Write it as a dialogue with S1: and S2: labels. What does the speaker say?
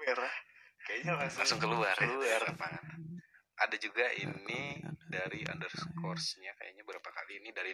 S1: merah kayaknya langsung,
S2: Langsung keluar ya.
S1: keluar lapangan ada juga ini dari underscoresnya kayaknya berapa kali ini dari